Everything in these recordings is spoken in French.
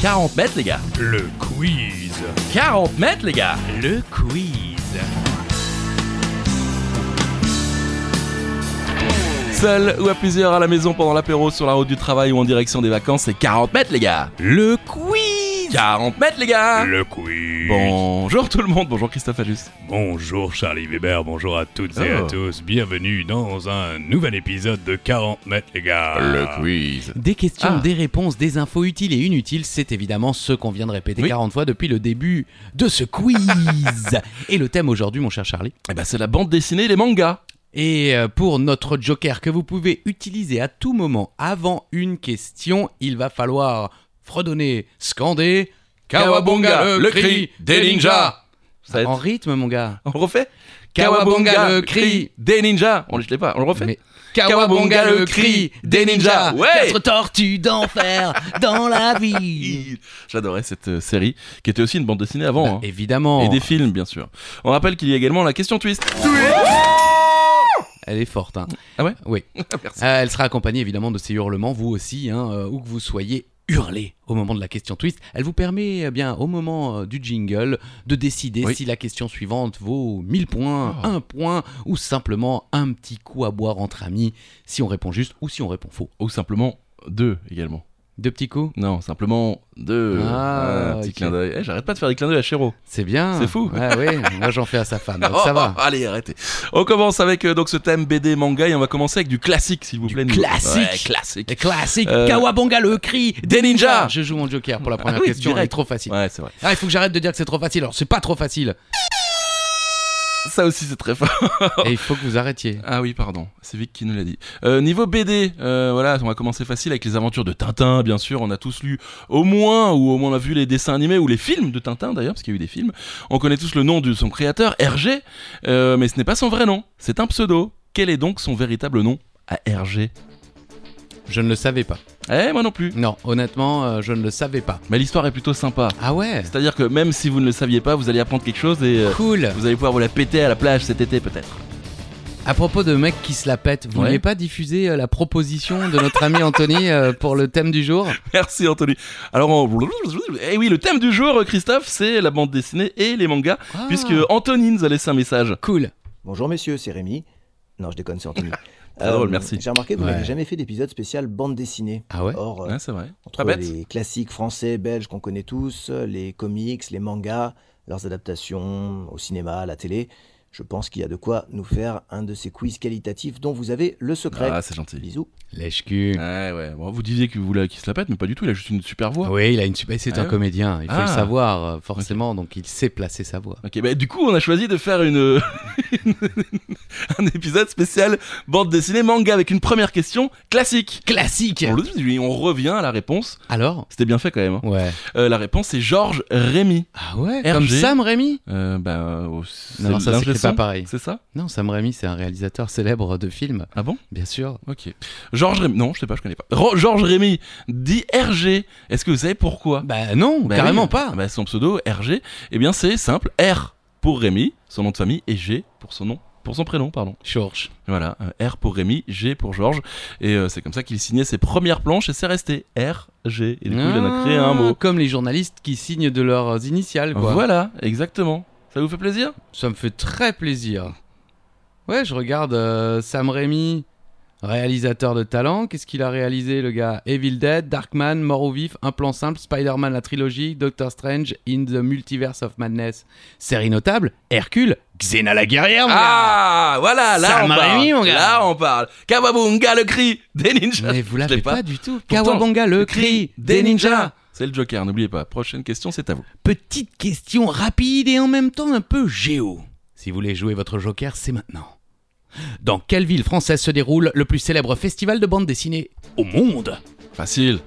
40 mètres, les gars. Le quiz. 40 mètres, les gars. Le quiz. Seul ou à plusieurs à la maison pendant l'apéro, sur la route du travail ou en direction des vacances, c'est 40 mètres, les gars. Le quiz. 40 mètres, les gars. Le quiz. Bonjour tout le monde, bonjour Christophe Ajus. Bonjour Charlie Weber, bonjour à toutes et à Oh. tous. Bienvenue dans un nouvel épisode de 40 mètres, les gars. quiz. Des questions, Ah. des réponses, des infos utiles et inutiles, c'est évidemment ce qu'on vient de répéter Oui. 40 fois depuis le début de ce quiz. et le thème aujourd'hui, mon cher Charlie. Eh ben, c'est la bande dessinée et les mangas. Et euh, pour notre joker que vous pouvez utiliser à tout moment avant une question, il va falloir fredonner, scander Kawabunga, le cri des ninjas. Ça va être- En rythme, mon gars. On le refait Ah, Kawabunga, le cri. des ninjas. On ne l'ai pas, on le refait. Mais Kawabunga, le cri des ninjas. Ouais. Quatre tortues d'enfer dans la vie. J'adorais cette euh, série qui était aussi une bande dessinée avant. hein. Bah, évidemment. Et des films, bien sûr. On rappelle qu'il y a également la question twist. Elle est forte. Hein. Ah ouais Oui. Merci. Euh, elle sera accompagnée évidemment de ces hurlements, vous aussi, hein, euh, où que vous soyez. hurlez au moment de la question twist. Elle vous permet, eh bien, au moment euh, du jingle, de décider Oui. si la question suivante vaut 1000 points, Oh. 1 point, ou simplement un petit coup à boire entre amis, si on répond juste ou si on répond faux. Ou simplement deux également. Deux petits coups, Non, simplement deux. Ah, petit ok. clin d'œil. Eh, J'arrête pas de faire des clins d'œil à Chéro. c'est bien. C'est fou. Ouais, ouais, moi j'en fais à sa femme, donc ça va. Oh, allez, arrêtez. On commence avec euh, donc ce thème BD manga et on va commencer avec du classique, s'il vous Du plaît. nous. classique. Ouais, classique. Les classiques, Euh, Kawabonga le cri des ninjas. Je joue mon joker pour la première Ah oui, question, elle est direct. trop facile. Ouais, c'est vrai. Ah, il faut que j'arrête de dire que c'est trop facile, alors c'est pas trop facile. Ça aussi, c'est très fort. Et il faut que vous arrêtiez. Ah oui, pardon. C'est Vic qui nous l'a dit. Euh, niveau BD, euh, voilà, on va commencer facile avec les aventures de Tintin, bien sûr. On a tous lu au moins, ou au moins on a vu les dessins animés ou les films de Tintin d'ailleurs, parce qu'il y a eu des films. On connaît tous le nom de son créateur, Hergé, euh, mais ce n'est pas son vrai nom. C'est un pseudo. Quel est donc son véritable nom à Hergé Je ne le savais pas. Eh, moi non plus. Non, honnêtement, euh, je ne le savais pas. Mais l'histoire est plutôt sympa. Ah ouais C'est-à-dire que même si vous ne le saviez pas, vous allez apprendre quelque chose et euh, Cool vous allez pouvoir vous la péter à la plage cet été peut-être. À propos de mecs qui se la pètent, vous Ouais. n'avez pas diffusé euh, la proposition de notre ami Anthony euh, pour le thème du jour Merci Anthony. Alors, on... eh oui, le thème du jour, Christophe, c'est la bande dessinée et les mangas, Ah, puisque Anthony nous a laissé un message. Cool Bonjour messieurs, c'est Rémi. Non, je déconne, c'est Anthony. Euh, C'est drôle, merci. J'ai remarqué que vous Ouais. n'avez jamais fait d'épisode spécial bande dessinée. Ah ouais Or, euh, Ouais, c'est vrai. Pas entre bête. les classiques français, belges qu'on connaît tous, les comics, les mangas, leurs adaptations au cinéma, à la télé, je pense qu'il y a de quoi nous faire un de ces quiz qualitatifs dont vous avez le secret. Ah, c'est gentil. Bisous. Lèche-cul Ouais, ouais. Bon, vous disiez que vous voulez qu'il se la pète, mais pas du tout. Il a juste une super voix. Oui, il a une super... C'est Ah un ouais comédien, il faut le Ah. savoir, euh, forcément, donc il sait placer sa voix. Ok, bah, du coup, on a choisi de faire une... un épisode spécial bande dessinée manga avec une première question classique. Classique On, le- on revient à la réponse. Alors C'était bien fait quand même. hein. Ouais. Euh, la réponse c'est Georges Rémy. Ah ouais RG. Comme Sam Raimi Euh, bah, euh, c'est Non, ça, l'ingé c'est pas son, pareil. C'est ça Non, Sam Raimi, c'est un réalisateur célèbre de films, Ah bon bien sûr. Ok. Georges Rémy. Non, je sais pas, je connais pas. Ro- Georges Rémy dit RG. Est-ce que vous savez pourquoi Bah non, Bah carrément oui. pas Bah, son pseudo RG, eh bien c'est simple. R pour Rémy, son nom de famille, et G pour son nom. Pour son prénom, pardon. George. Voilà, euh, R pour Rémy, G pour Georges. Et euh, c'est comme ça qu'il signait ses premières planches et c'est resté R, G. Et du coup, il en a créé un mot. Ah, Comme les journalistes qui signent de leurs initiales, quoi. Voilà, exactement. Ça vous fait plaisir Ça me fait très plaisir. Ouais, je regarde euh, Sam Raimi, réalisateur de talent. Qu'est-ce qu'il a réalisé, le gars Evil Dead, Darkman, Mort au vif, Un plan simple, Spider-Man la trilogie, Doctor Strange, In the Multiverse of Madness. Série notable, Hercule, Xena la guerrière. mon gars. Ah, voilà, là Ça on m'a parle. remis, mon gars. Là on parle. Kawabunga le cri des ninjas. Mais vous Je l'avez l'ai pas. du tout. Kawabanga, le cri des ninjas. C'est le Joker, n'oubliez pas. Prochaine question, c'est à vous. Petite question rapide et en même temps un peu géo. Si vous voulez jouer votre joker, c'est maintenant. Dans quelle ville française se déroule le plus célèbre festival de bande dessinée au monde Facile.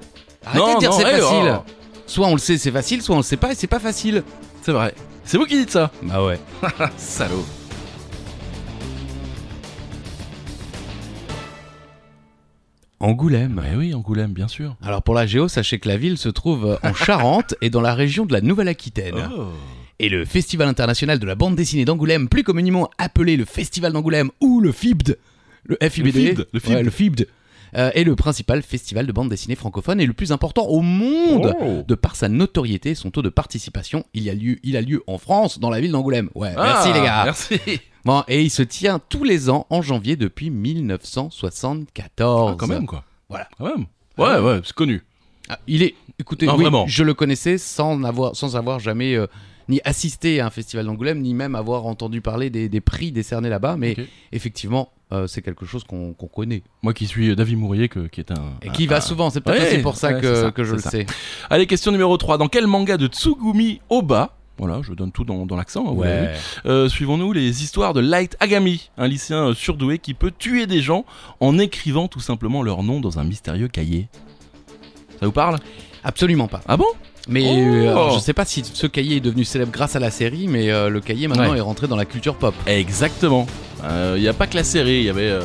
Arrêtez Non, de dire non, c'est hey, facile. oh. Soit on le sait, c'est facile, soit on le sait pas et c'est pas facile. C'est vrai. C'est vous qui dites ça. Bah ouais. Salaud. Angoulême. Mais Eh oui, Angoulême, bien sûr. Alors pour la géo, sachez que la ville se trouve en Charente et dans la région de la Nouvelle-Aquitaine. Et le Festival international de la bande dessinée d'Angoulême, plus communément appelé le Festival d'Angoulême ou le FIBD, le FIBD, FIBD, le Ouais, FIBD. FIBD, euh, est le principal festival de bande dessinée francophone et le plus important au monde Oh. de par sa notoriété et son taux de participation. Il, y a lieu, il a lieu en France, dans la ville d'Angoulême. Ouais, merci Ah, les gars. Merci. Bon, et il se tient tous les ans en janvier depuis 1974. Ah, quand même quoi. Oh, Voilà. Quand même. Ouais, ouais, c'est connu. Ah, il est, écoutez, Non, oui, vraiment. je le connaissais sans avoir, sans avoir jamais euh, ni assisté à un festival d'Angoulême, ni même avoir entendu parler des, des prix décernés là-bas, mais Ok. effectivement, euh, c'est quelque chose qu'on qu'on connaît. Moi qui suis euh, David Mourier, que- qui est un. Et un- qui va un- souvent, c'est peut-être Ah, Ouais, aussi pour ça, ouais, que, c'est ça, que je c'est le ça. sais. Allez, question numéro 3. Dans quel manga de Tsugumi Oba voilà, je donne tout dans, dans l'accent. hein, vous l'avez vu. Euh, Suivons-nous les histoires de Light Agami, un lycéen euh, surdoué qui peut tuer des gens en écrivant tout simplement leur nom dans un mystérieux cahier. Ça vous parle Absolument pas. Ah bon Mais Oh euh, alors, je sais pas si ce cahier est devenu célèbre grâce à la série, mais euh, le cahier maintenant Ouais. est rentré dans la culture pop. Exactement. Il n'y a pas que la série, il y avait... euh,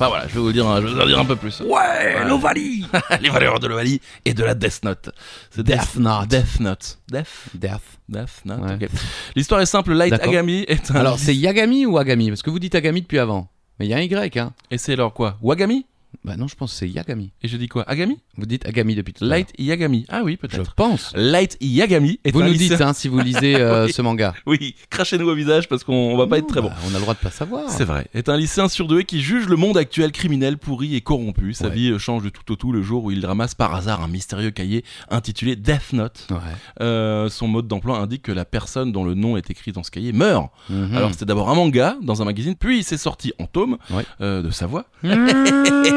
Enfin voilà, je vais vous dire, un- je vais vous en dire un peu plus. Ouais, l'Ovalie Les valeurs de l'Ovalie et de la Death Note. C'est Death Note. Death Note. Death, Death. Death Note, Ouais. ok. L'histoire est simple, Light D'accord. Agami est un... Alors c'est Yagami ou Agami Parce que vous dites Agami depuis avant. Mais il y a un Y, hein. Et c'est alors quoi Wagami Bah non, je pense que c'est Yagami. Et je dis quoi Agami Vous dites Agami depuis tout à l'heure. Light Yagami. Ah oui, Je peut-être. pense. Light Yagami est Vous un nous lycéen- dites hein, si vous lisez euh, Oui. ce manga. Oui, crachez-nous au visage parce qu'on on va pas être très bon. Bah, on a le droit de pas savoir. C'est vrai. Est un lycéen surdoué qui juge le monde actuel criminel, pourri et corrompu. Sa Ouais. vie euh, change de tout au tout le jour où il ramasse par hasard un mystérieux cahier intitulé Death Note. Ouais. Euh, son mode d'emploi indique que la personne dont le nom est écrit dans ce cahier meurt. Mhm. Alors c'était d'abord un manga dans un magazine, puis il s'est sorti en tome Ouais. euh, de sa voix. Mhm.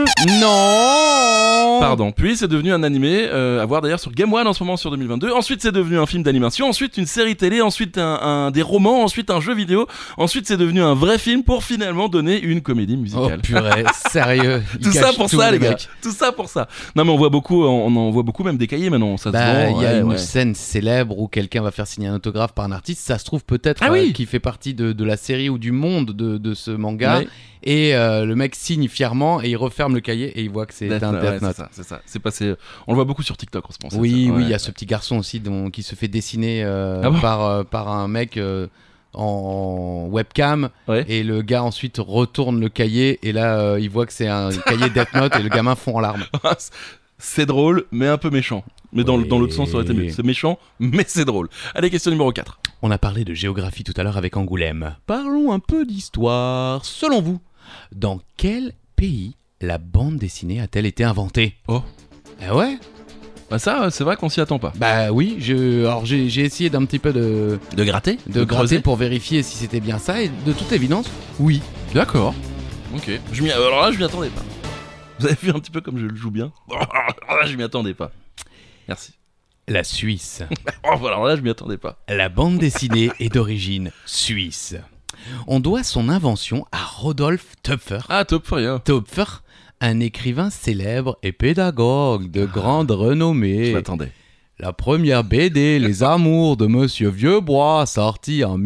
non. Pardon. Puis c'est devenu un animé euh, à voir d'ailleurs sur Game One en ce moment sur 2022. Ensuite c'est devenu un film d'animation, ensuite une série télé, ensuite un, un- des romans, ensuite un jeu vidéo, ensuite c'est devenu un vrai film pour finalement donner une comédie Oh musicale. purée, sérieux. Il tout ça cache pour ça les gars. mecs. Tout ça pour ça. Non mais on voit beaucoup, euh, on, on en voit beaucoup même des cahiers maintenant. Ça se Bah, vend, il y a ouais, une ouais. scène célèbre où quelqu'un va faire signer un autographe par un artiste. Ça se trouve peut-être Ah euh, oui. qui fait partie de, de la série ou du monde de, de ce manga. Ouais. Et euh, le mec signe fièrement et il referme le cahier et il voit que c'est Death un Note, ouais, Death c'est Note. ça, c'est ça. C'est passé. On le voit beaucoup sur TikTok en ce moment. Oui, ça. oui, il y Ouais. a ce petit garçon aussi dont, qui se fait dessiner euh, Ah bon par, euh, par un mec euh, en webcam. Ouais. Et le gars ensuite retourne le cahier et là euh, il voit que c'est un cahier Death Note et le gamin fond en larmes. c'est drôle, mais un peu méchant. Mais dans, le- dans l'autre sens, ça aurait été mieux. Ouais. C'est méchant, mais c'est drôle. Allez, question numéro 4. On a parlé de géographie tout à l'heure avec Angoulême. Parlons un peu d'histoire. Selon vous, dans quel pays la bande dessinée a-t-elle été inventée Oh. Ah ouais Bah ça, c'est vrai qu'on s'y attend pas. Bah oui, je, alors j'ai j'ai essayé d'un petit peu de, De gratter de gratter pour vérifier si c'était bien ça et de toute évidence, oui. D'accord. Ok. Je m'y- Alors là, je m'y attendais pas. Vous avez vu un petit peu comme je le joue bien Je m'y attendais pas. Merci. La Suisse. Oh, voilà, alors là, je m'y attendais pas. La bande dessinée est d'origine suisse. On doit son invention à Rodolphe Töpfer. Ah, top for rien. Töpfer, un écrivain célèbre et pédagogue de grande Ah. Je renommée. m'attendais. La première BD Les Amours de Monsieur Vieux-Bois, sortie en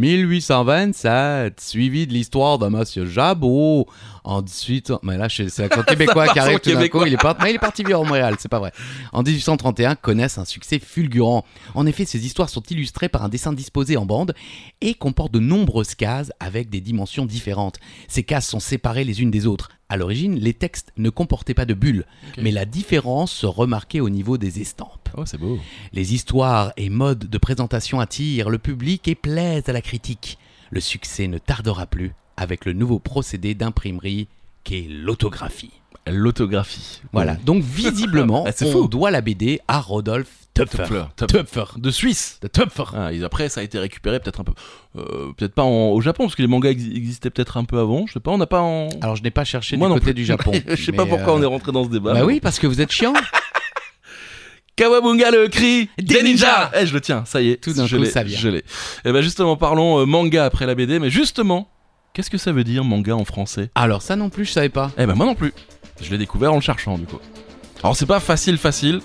1827, suivie de l'histoire de Monsieur Jabot en 18... Mais là, c'est c'est l'accent québécois part qui sur arrive le tout d'un québécois. coup. Il est, parti... mais il est parti vivre à Montréal, c'est pas vrai. En 1831, connaissent un succès fulgurant. En effet, ces histoires sont illustrées par un dessin disposé en bande et comportent de nombreuses cases avec des dimensions différentes. Ces cases sont séparées les unes des autres. À l'origine, les textes ne comportaient pas de bulles, Ok. mais la différence se remarquait au niveau des estampes. Oh, c'est beau. Les histoires et modes de présentation attirent le public et plaisent à la critique. Le succès ne tardera plus avec le nouveau procédé d'imprimerie qu'est l'autographie. L'autographie. Voilà, donc visiblement, Ah, c'est on fou. doit la BD à Rodolphe Töpfer. Topfer. Top. Töpfer. De Suisse. De Töpfer. Ah, et après, ça a été récupéré peut-être un peu. euh, peut-être pas en- au Japon, parce que les mangas ex- existaient peut-être un peu avant. Je sais pas, on n'a pas en. Alors je n'ai pas cherché Moi du non côté plus. du Japon. Je sais pas mais, pourquoi euh, on est rentré dans ce débat. Bah oui, parce que vous êtes chiant. Kawabunga le cri Des ninjas Eh, je le tiens, ça y est. Tout d'un je coup, l'ai, ça vient. Je l'ai. Et ben justement, parlons euh, manga après la BD, mais justement, qu'est-ce que ça veut dire manga en français Alors ça non plus, je savais pas. Eh ben moi non plus. Je l'ai découvert en le cherchant du coup. Alors c'est pas facile, facile.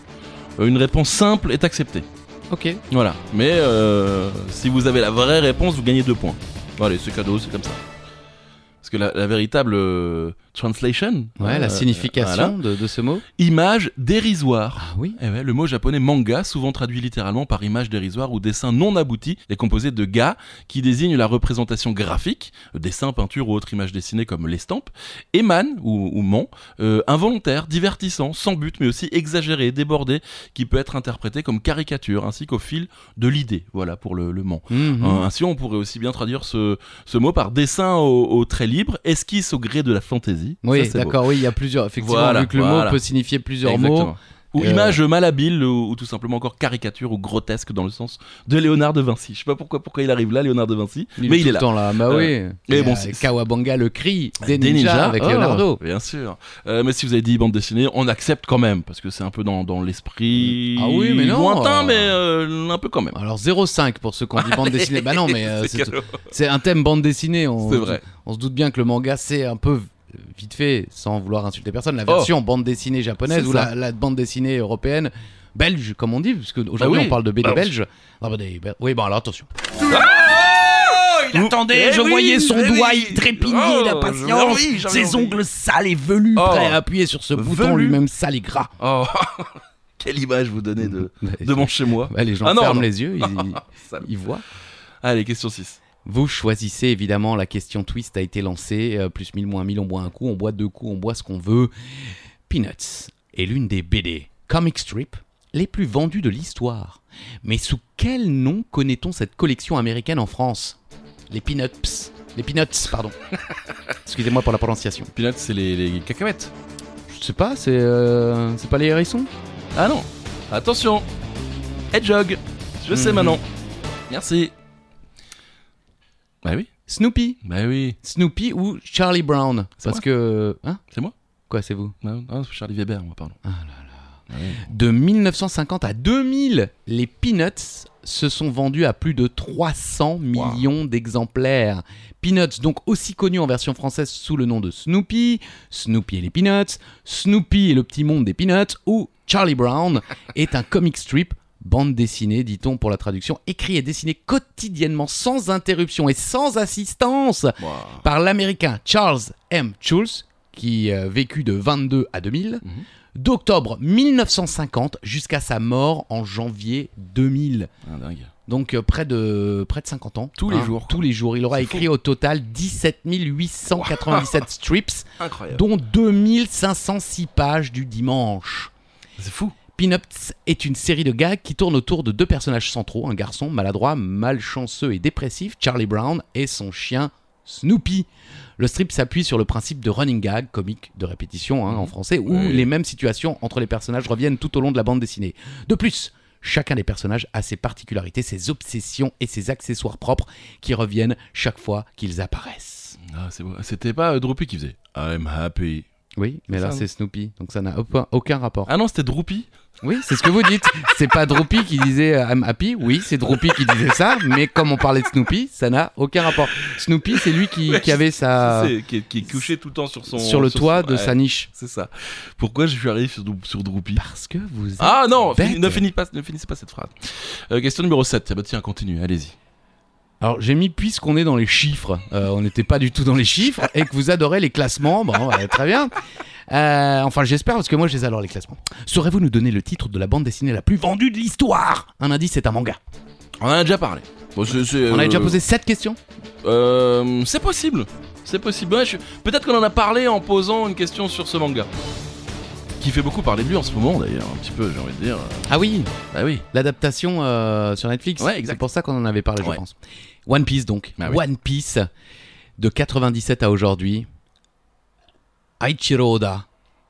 Euh, Une réponse simple est acceptée. Ok. Voilà. Mais euh, si vous avez la vraie réponse, vous gagnez deux points. Bon, allez, c'est cadeau, c'est comme ça. Parce que la, la véritable euh, translation. Ouais, la euh, signification voilà. de, de ce mot. Image dérisoire. Ah oui. Eh ouais, le mot japonais manga, souvent traduit littéralement par image dérisoire ou dessin non abouti, est composé de ga, qui désigne la représentation graphique, euh, dessin, peinture ou autre image dessinée comme l'estampe, et man ou, ou man, euh, involontaire, divertissant, sans but, mais aussi exagéré, débordé, qui peut être interprété comme caricature, ainsi qu'au fil de l'idée. Voilà pour le, le man. Mhm. Euh, ainsi, on pourrait aussi bien traduire ce, ce mot par dessin au, au trait libre, esquisse au gré de la fantaisie. Oui, Ça, c'est beau. d'accord, oui, il y a plusieurs. Effectivement, Voilà, vu que le voilà. mot peut signifier plusieurs mots. Exactement. Ou Euh, image malhabile, ou, ou tout simplement encore caricature ou grotesque dans le sens de Léonard de Vinci. Je sais pas pourquoi, pourquoi il arrive là, Léonard de Vinci, mais tout il est le là. temps là. Bah Euh, oui. mais Et bon, euh, c'est- Kawabanga le cri des, Des ninjas, ninjas, avec oh, Leonardo. Bien sûr. Euh, mais si vous avez dit bande dessinée, on accepte quand même, parce que c'est un peu dans, dans l'esprit Ah oui, mais non. lointain, mais euh, un peu quand même. Alors 0,5 pour ceux qui ont dit bande dessinée. Bah non, mais euh, C'est c'est- cadeau. c'est un thème bande dessinée. On, C'est vrai. on se doute bien que le manga, c'est un peu euh, vite fait, sans vouloir insulter personne, la Oh. version bande dessinée japonaise C'est ou ça. la, la bande dessinée européenne, belge, comme on dit, parce qu'aujourd'hui Bah oui. on parle de BD Bah, on- belge. Ah bah des- bah, oui, bon alors attention. Il attendait, je voyais son doigt, il trépignait d'impatience, ses ongles sales et velus, Oh. prêt à appuyer sur ce bouton Velu. lui-même sale et gras. Oh, quelle image vous donnez de, de Bah, mon chez moi. les gens Ah non, ferment non. les yeux, ils, Sale. ils voient. Allez, question 6. Vous choisissez évidemment, la question twist a été lancée, euh, plus 1000, moins 1000, on boit un coup, on boit deux coups, on boit ce qu'on veut. Peanuts est l'une des BD, comic strip, les plus vendues de l'histoire. Mais sous quel nom connaît-on cette collection américaine en France Les Peanuts. Les Peanuts, pardon. Excusez-moi pour la prononciation. Peanuts, c'est les, les cacahuètes. Je sais pas, c'est euh, c'est pas les hérissons Ah non, attention. Hedgehog, je sais Mhm. maintenant. Merci. Bah oui, Snoopy. bah oui. Snoopy ou Charlie Brown C'est Parce moi que... Hein C'est moi Quoi, c'est vous Non, non, Bah, ah, c'est Charlie Weber, moi, pardon. Ah Ah De 1950 à 2000, les Peanuts se sont vendus à plus de 300 millions d'exemplaires. Peanuts, donc aussi connu en version française sous le nom de Snoopy, Snoopy et les Peanuts, Snoopy et le petit monde des Peanuts, ou Charlie Brown, est un comic strip, bande dessinée, dit-on pour la traduction, écrit et dessiné quotidiennement sans interruption et sans assistance Ouah. par l'américain Charles M. Schulz, qui euh, vécut de 22 à 2000, Mhm. d'octobre 1950 jusqu'à sa mort en janvier 2000. Ah, dingue. Donc euh, près, de, près de 50 ans. Hein, Tous les jours, quoi. Tous les jours. Il aura C'est écrit au total 17 897 strips, Incroyable. dont 2506 pages du dimanche. C'est fou. Peanuts est une série de gags qui tourne autour de deux personnages centraux, un garçon maladroit, malchanceux et dépressif, Charlie Brown, et son chien Snoopy. Le strip s'appuie sur le principe de running gag, comique de répétition hein, en français, où Oui. les mêmes situations entre les personnages reviennent tout au long de la bande dessinée. De plus, chacun des personnages a ses particularités, ses obsessions et ses accessoires propres qui reviennent chaque fois qu'ils apparaissent. Ah, c'est beau. C'était pas euh, Droopy qui faisait I'm happy. Oui, mais C'est là ça, c'est Snoopy, donc ça n'a aucun- aucun rapport. Ah non, c'était Droopy Oui, c'est ce que vous dites. C'est pas Droopy qui disait euh, I'm happy. Oui, c'est Droopy qui disait ça. Mais comme on parlait de Snoopy, ça n'a aucun rapport. Snoopy, c'est lui qui, Ouais, qui avait sa. C'est- qui, est- qui est couché tout le temps sur son. Ah. sur le toit son- de ouais, sa niche. C'est ça. Pourquoi je suis arrivé sur, Drou- sur Droopy Parce que vous. êtes- Ah non, Bête. fini- ne, finis pas, ne finissez pas cette phrase. Euh, question numéro 7. Tiens, bah tiens, continue, allez-y. Alors, j'ai mis puisqu'on est dans les chiffres. Euh, on n'était pas du tout dans les chiffres. Et que vous adorez les classements. Bon, ouais, très bien. Euh, enfin, j'espère parce que moi, je les adore les classements. Saurez-vous nous donner le titre de la bande dessinée la plus vendue de l'histoire Un indice, c'est un manga. On en a déjà parlé. Bon, c'est- c'est, On a euh, déjà posé sept questions. euh, c'est possible. C'est possible. Ouais, je- Peut-être qu'on en a parlé en posant une question sur ce manga. Qui fait beaucoup parler de lui en ce moment d'ailleurs, un petit peu, j'ai envie de dire. Ah oui, Bah oui. L'adaptation euh, sur Netflix. Ouais, exact. C'est pour ça qu'on en avait parlé, Ouais. je pense. One Piece, donc. Ah oui. One Piece, de 97 à aujourd'hui. Aichiro Oda,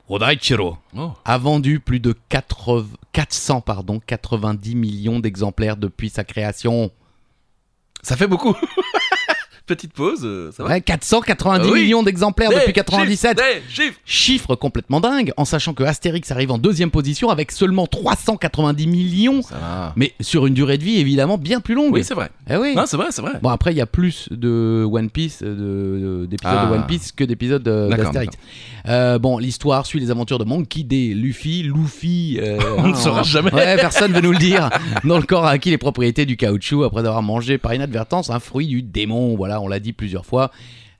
Oda Ichiro, Oh. a vendu plus de 80 400, pardon, 90 millions d'exemplaires depuis sa création. Ça fait beaucoup. Petite pause, euh, ça va Ouais, 490 Ah oui. millions d'exemplaires Hey, depuis 97. chiffre, hey, chiffre. Chiffre complètement dingue, en sachant que Astérix arrive en deuxième position avec seulement 390 millions, Ça va. mais sur une durée de vie évidemment bien plus longue. Oui, c'est vrai. Eh oui. Non, c'est vrai, c'est vrai. Bon après il y a plus de One Piece euh, de- de- d'épisodes Ah. de, One Piece que d'épisodes euh, D'accord, d'Astérix. Euh, bon l'histoire suit les aventures de Monkey D, Luffy, Luffy. euh, On ne hein, saura hein. jamais. Ouais, personne veut nous le dire. Dans le corps a acquis les propriétés du caoutchouc après avoir mangé par inadvertance un fruit du démon. Voilà, on l'a dit plusieurs fois.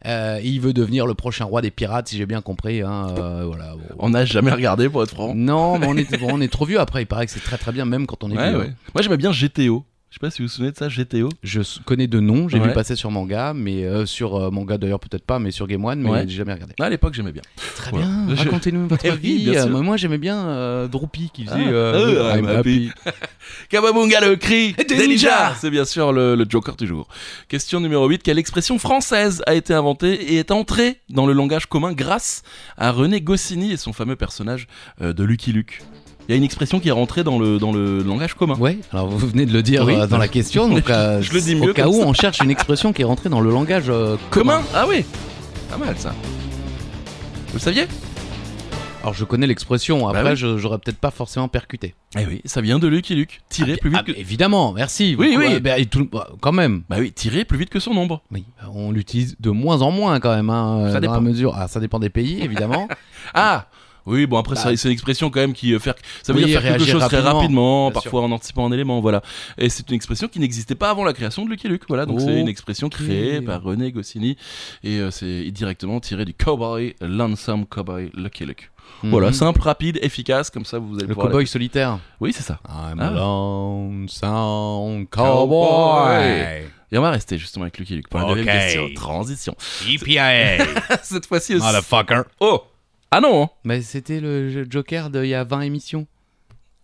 Euh, et il veut devenir le prochain roi des pirates, si j'ai bien compris. hein, euh, voilà. Bon. On n'a jamais regardé pour être franc. Non, mais on est, bon, on est trop vieux après. Il paraît que c'est très très bien, même quand on est Ouais, vieux. hein. ouais. Moi j'aimais bien GTO. Je sais pas si vous vous souvenez de ça, GTO. Je s- connais de noms, j'ai Ouais. vu passer sur manga, mais euh, sur euh, manga d'ailleurs peut-être pas, mais sur Game One, mais Ouais. j'ai jamais regardé. Ah, à l'époque j'aimais bien. Très Voilà. bien, Je- racontez-nous votre Eh oui, vie. bien Euh, sûr. moi, moi, j'aimais bien euh, Droopy qui faisait Ah, euh, euh, I'm I'm happy. Kababunga le cri Et des des ninjas ninjas C'est bien sûr le, le Joker du jour. Question numéro 8. Quelle expression française a été inventée et est entrée dans le langage commun grâce à René Goscinny et son fameux personnage euh, de Lucky Luke Il y a une expression qui est rentrée dans le, dans le langage commun. Ouais, alors vous venez de le dire Oui. euh, dans la question, donc euh, Je le dis mieux au cas comme où ça. on cherche une expression qui est rentrée dans le langage euh, Commun Ah oui Pas mal ça. Vous le saviez Alors je connais l'expression, après Bah oui. je- j'aurais peut-être pas forcément percuté. Eh oui, ça vient de Lucky Luke. Tirer Ah, plus ah, vite que... Évidemment, merci. Oui, oui. bah, et tout- bah, quand même. Bah oui, tirer plus vite que son ombre. Oui, on l'utilise de moins en moins quand même, hein, euh, Ça dans la dépend. mesure. Ah, ça dépend des pays, évidemment. Ah oui, bon après Bah. ça- c'est une expression quand même qui euh, faire ça veut Oui, dire faire quelque réagir chose très rapidement, rapidement, bien parfois en anticipant un élément, voilà. Et c'est une expression qui n'existait pas avant la création de Lucky Luke, voilà. Donc Ok. c'est une expression créée par René Goscinny et euh, c'est directement tiré du cowboy Lonesome Cowboy Lucky Luke. Voilà, Mhm. simple, rapide, efficace, comme ça vous allez Le pouvoir. cowboy solitaire. Oui, c'est ça. I'm Ah. a lonesome Cowboy. cowboy. Et on va rester justement avec Lucky Luke pour la deuxième Ok. question. Transition. EPIA, Cette fois-ci. aussi- motherfucker. Oh. Ah non. hein. Mais c'était le jeu Joker d'il y a 20 émissions.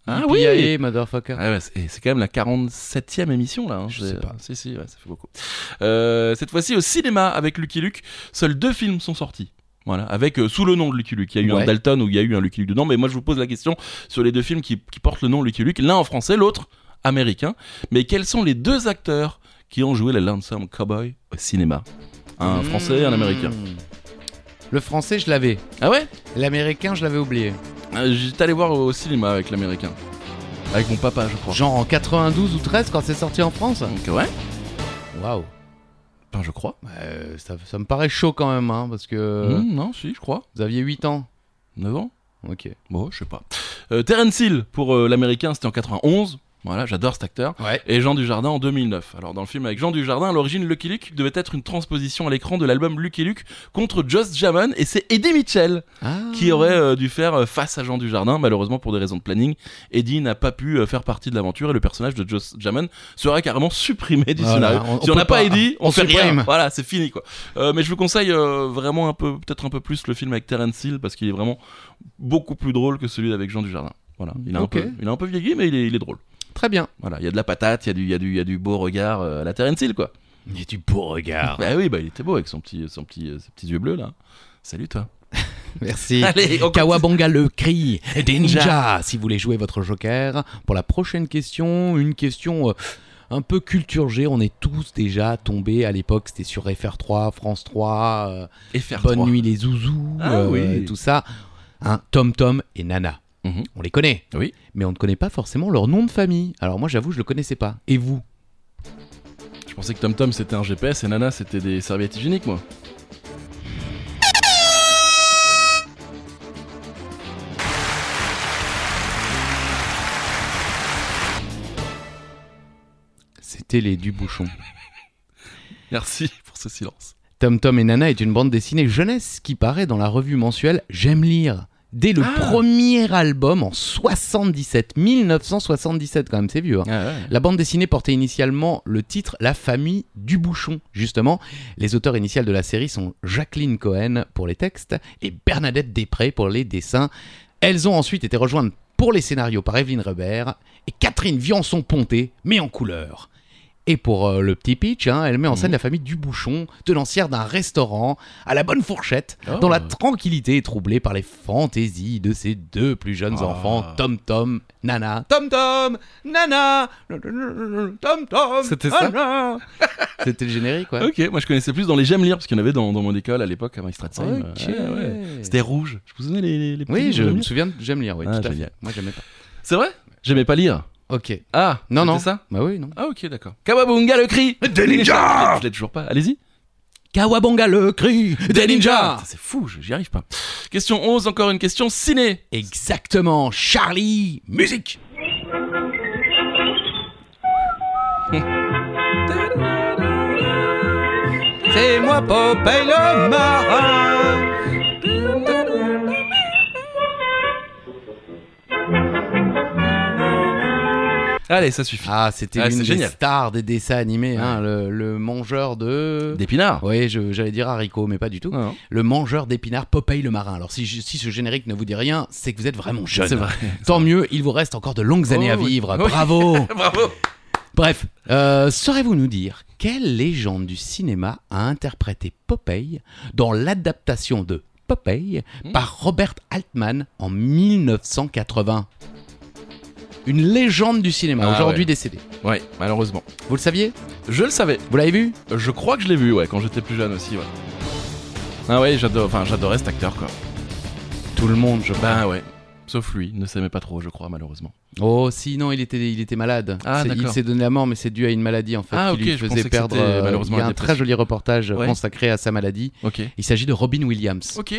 Ah PIA, oui. motherfucker. Ah ouais, c'est et c'est quand même la 47e émission là. hein, Je c'est- sais pas. Si, si, ouais, ça fait beaucoup. Euh, cette fois-ci au cinéma avec Lucky Luke, seuls deux films sont sortis. Voilà, avec euh, sous le nom de Lucky Luke. Il y a eu Ouais. un Dalton où il y a eu un Lucky Luke dedans, mais moi je vous pose la question sur les deux films qui, qui portent le nom Lucky Luke, l'un en français, l'autre américain. Mais quels sont les deux acteurs qui ont joué les Lonesome Cowboy au cinéma Un français et un Mmh. américain. Le français, je l'avais. Ah ouais L'américain, je l'avais oublié. Euh, J'étais allé voir au cinéma avec l'américain. Avec mon papa, je crois. Genre en 92 ou 13 quand c'est sorti en France. Donc, ouais, Mm. Waouh. ben, je crois. Euh, ça, ça me paraît chaud quand même, hein, parce que Hmm, non, si, je crois. vous aviez 8 ans. 9 ans Ok. Bon, je sais pas. Euh, Terence Hill pour euh, l'américain, c'était en 91. Voilà, j'adore cet acteur. Ouais. Et Jean Dujardin en 2009. Alors, dans le film avec Jean Dujardin, à l'origine, Lucky Luke devait être une transposition à l'écran de l'album Lucky Luke contre Just Jamon. Et c'est Eddie Mitchell Ah. Mmh. qui aurait euh, dû faire euh, face à Jean Dujardin. Malheureusement, pour des raisons de planning, Eddie n'a pas pu euh, faire partie de l'aventure et le personnage de Just Jamon sera carrément supprimé du Voilà, scénario. on- on si on peut n'a pas, pas, Eddie, on, on fait rien. supprime. Voilà, c'est fini quoi. Euh, mais je vous conseille euh, vraiment un peu, peut-être un peu plus le film avec Terence Hill parce qu'il est vraiment beaucoup plus drôle que celui avec Jean Dujardin. Voilà, il a, Ok. un peu, il a un peu vieilli, mais il est, il est drôle. Très bien. Voilà, il y a de la patate, il y a du, il y a du, il y a du beau regard euh, à la Terence Hill quoi. Il est du beau regard. Bah oui, bah il était beau avec son petit, son petit, euh, ses petits yeux bleus là. Salut toi. Merci. Allez, on continue. Kawabanga le cri des Ninja. ninjas. Si vous voulez jouer votre joker, pour la prochaine question, une question euh, un peu culture G. On est tous déjà tombés à l'époque. C'était sur FR3, France 3, euh, Et faire Bonne trois. nuit les zouzous, Ah euh, oui. et tout ça. Hein, Tom Tom et Nana. Mhm. On les connaît. Oui. Mais on ne connaît pas forcément leur nom de famille. Alors moi j'avoue je le connaissais pas. Et vous Je pensais que Tom Tom c'était un GPS et Nana c'était des serviettes hygiéniques, moi. C'était les Dubouchons. Merci pour ce silence. Tom Tom et Nana est une bande dessinée jeunesse qui paraît dans la revue mensuelle J'aime lire. Dès le Ah. premier album en 77, 1977 quand même, c'est vieux. hein. Ah ouais. La bande dessinée portait initialement le titre La famille du bouchon. Justement, les auteurs initiales de la série sont Jacqueline Cohen pour les textes et Bernadette Després pour les dessins. Elles ont ensuite été rejointes pour les scénarios par Evelyne Rebert et Catherine Viançon-Ponté, mais en couleur. Et pour euh, le petit pitch, hein, elle met en scène la famille Dubuchon, tenancière d'un restaurant à la bonne fourchette, Oh. dont la tranquillité est troublée par les fantaisies de ses deux plus jeunes Ah. enfants, Tom Tom, Nana. Tom Tom, Nana, Tom Tom. C'était ça Nana. C'était le générique, quoi. Ok, moi je connaissais plus dans les J'aime lire parce qu'il y en avait dans, dans mon école à l'époque à Maestradheim. Ok. Ouais, ouais. C'était rouge. Je vous souviens les, les, les petits livres Oui, je J'aime me lire souviens, de- j'aime lire, oui, Ah, tout à génial. fait. Moi, j'aimais pas. C'est vrai J'aimais pas lire. Ok. Ah, Non, c'était non. ça Bah oui, non. Ah, ok, d'accord. Kawabunga le cri Des ninjas Je l'ai toujours pas. Allez-y. Kawabanga le cri des ninjas Putain, C'est fou, je- j'y arrive pas. Question 11, encore une question ciné. Exactement, Charlie, musique C'est moi fois Popeye le marin. Allez, ça suffit. Ah, c'était Ah, l'une c'est des génial. stars des dessins animés, hein, le, le mangeur de. D'épinards Oui, je- j'allais dire haricot, mais pas du tout. Non. Le mangeur d'épinards Popeye le marin. Alors, si, je- si ce générique ne vous dit rien, c'est que vous êtes vraiment jeune. C'est vrai. Tant mieux, il vous reste encore de longues années à Oh, oui. vivre. Oui. Bravo Bravo Bref, euh, saurez-vous nous dire quelle légende du cinéma a interprété Popeye dans l'adaptation de Popeye Hmm. par Robert Altman en 1980 Une légende du cinéma, Ah aujourd'hui ouais. décédée. Ouais, malheureusement. Vous le saviez Je le savais. Vous l'avez vu Je crois que je l'ai vu, ouais, quand j'étais plus jeune aussi, ouais. Ah ouais, j'adore, enfin, j'adorais cet acteur, quoi. Tout le monde, je Bah ouais. Sauf lui, il ne s'aimait pas trop, je crois, malheureusement. Oh, si, non, il était, il était malade. Ah, C'est- il d'accord. s'est donné la mort, mais c'est dû à une maladie en fait Ah, qui ok, lui je faisait pensais que perdre. c'était, euh, malheureusement, il y a un la très joli reportage euh, Ouais. consacré à sa maladie. Ok. Il s'agit de Robin Williams. Ok.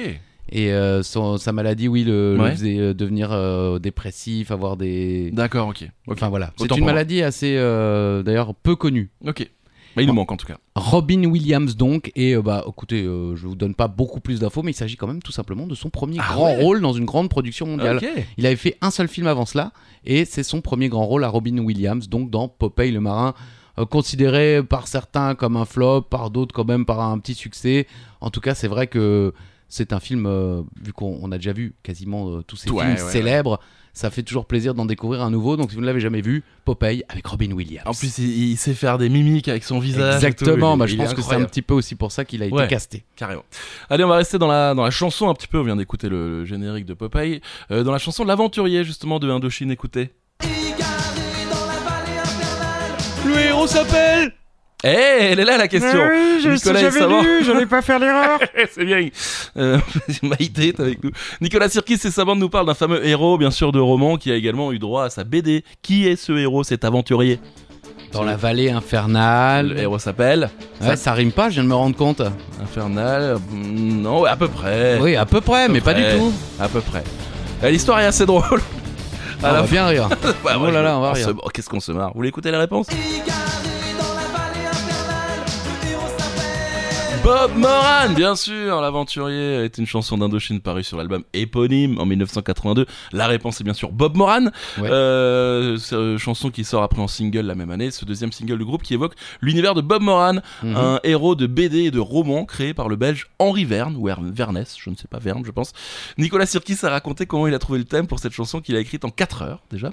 Et euh, son- sa maladie, oui, le, le Ouais. faisait euh, devenir euh, dépressif, avoir des. D'accord, ok. Ok. Enfin voilà. C'est Autant une pour moi. maladie assez, euh, d'ailleurs, peu connue. Ok. Bah, il nous manque en tout cas. Robin Williams donc, et euh, bah écoutez, euh, je vous donne pas beaucoup plus d'infos, mais il s'agit quand même tout simplement de son premier Ah grand ouais. rôle dans une grande production mondiale. Ok. Il avait fait un seul film avant cela, et c'est son premier grand rôle à Robin Williams, donc dans Popeye le marin, euh, considéré par certains comme un flop, par d'autres quand même par un petit succès. En tout cas, c'est vrai que c'est un film, euh, vu qu'on on a déjà vu quasiment euh, tous ces Ouais, films ouais, ouais. célèbres, ça fait toujours plaisir d'en découvrir un nouveau. Donc si vous ne l'avez jamais vu, Popeye avec Robin Williams. En plus, il, il sait faire des mimiques avec son visage. et tout. Exactement, Il- bah, je il est pense que c'est un incroyable. petit peu aussi pour ça qu'il a été Ouais. casté. Carrément. Allez, on va rester dans la, dans la chanson un petit peu. On vient d'écouter le, le générique de Popeye. Euh, dans la chanson L'Aventurier, justement, de Indochine Écoutez. Le héros s'appelle Eh, elle est là la question Nicolas et Savant. j'allais pas faire l'erreur. c'est bien. Euh, Maïté est avec nous. Nicolas Sirkis et sa bande nous parlent d'un fameux héros, bien sûr, de roman, qui a également eu droit à sa BD. Qui est ce héros, cet aventurier Dans la vallée infernale. Le héros s'appelle Ouais, ça rime pas, je viens de me rendre compte. Infernal. mm, Non, ouais, à peu près. Oui, à peu près, mais pas près. du tout. À peu près. Euh, L'histoire est assez drôle. on À la va fin. bien rire. Ouais, Oh ouais, là je- là, on va se- rire. oh, Qu'est-ce qu'on se marre Vous voulez écouter la réponse Bob Moran, bien sûr, l'aventurier est une chanson d'Indochine parue sur l'album éponyme en 1982. La réponse est bien sûr Bob Moran. Ouais. Euh, c'est, euh, chanson qui sort après en single la même année, ce deuxième single du groupe qui évoque l'univers de Bob Moran, Mhm. un héros de BD et de roman créé par le belge Henri Verne, ou Her- Vernès, je ne sais pas, Verne, je pense. Nicolas Sirkis a raconté comment il a trouvé le thème pour cette chanson qu'il a écrite en 4 heures, déjà.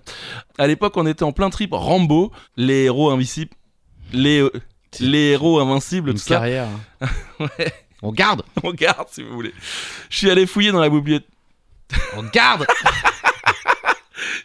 À l'époque, on était en plein trip Rambo, les héros invisibles, les, euh, les héros invincibles, Une tout ça. carrière. On garde, On garde, si vous voulez. Je suis allé fouiller dans la bibliothèque. on garde.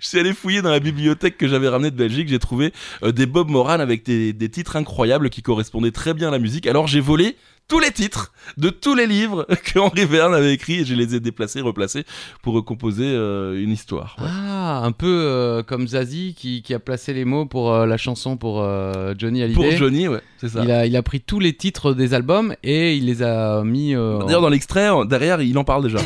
Je suis allé fouiller dans la bibliothèque que j'avais ramenée de Belgique, j'ai trouvé euh, des Bob Moran avec des, des titres incroyables qui correspondaient très bien à la musique. Alors j'ai volé tous les titres de tous les livres que Henri Verne avait écrits et je les ai déplacés, replacés pour recomposer euh, une histoire. Ah, un peu euh, comme Zazie qui, qui a placé les mots pour euh, la chanson pour euh, Johnny Hallyday. Pour Johnny, ouais, c'est ça. il, a, il a pris tous les titres des albums et il les a mis. euh, D'ailleurs, dans l'extrait, euh, derrière, il en parle déjà.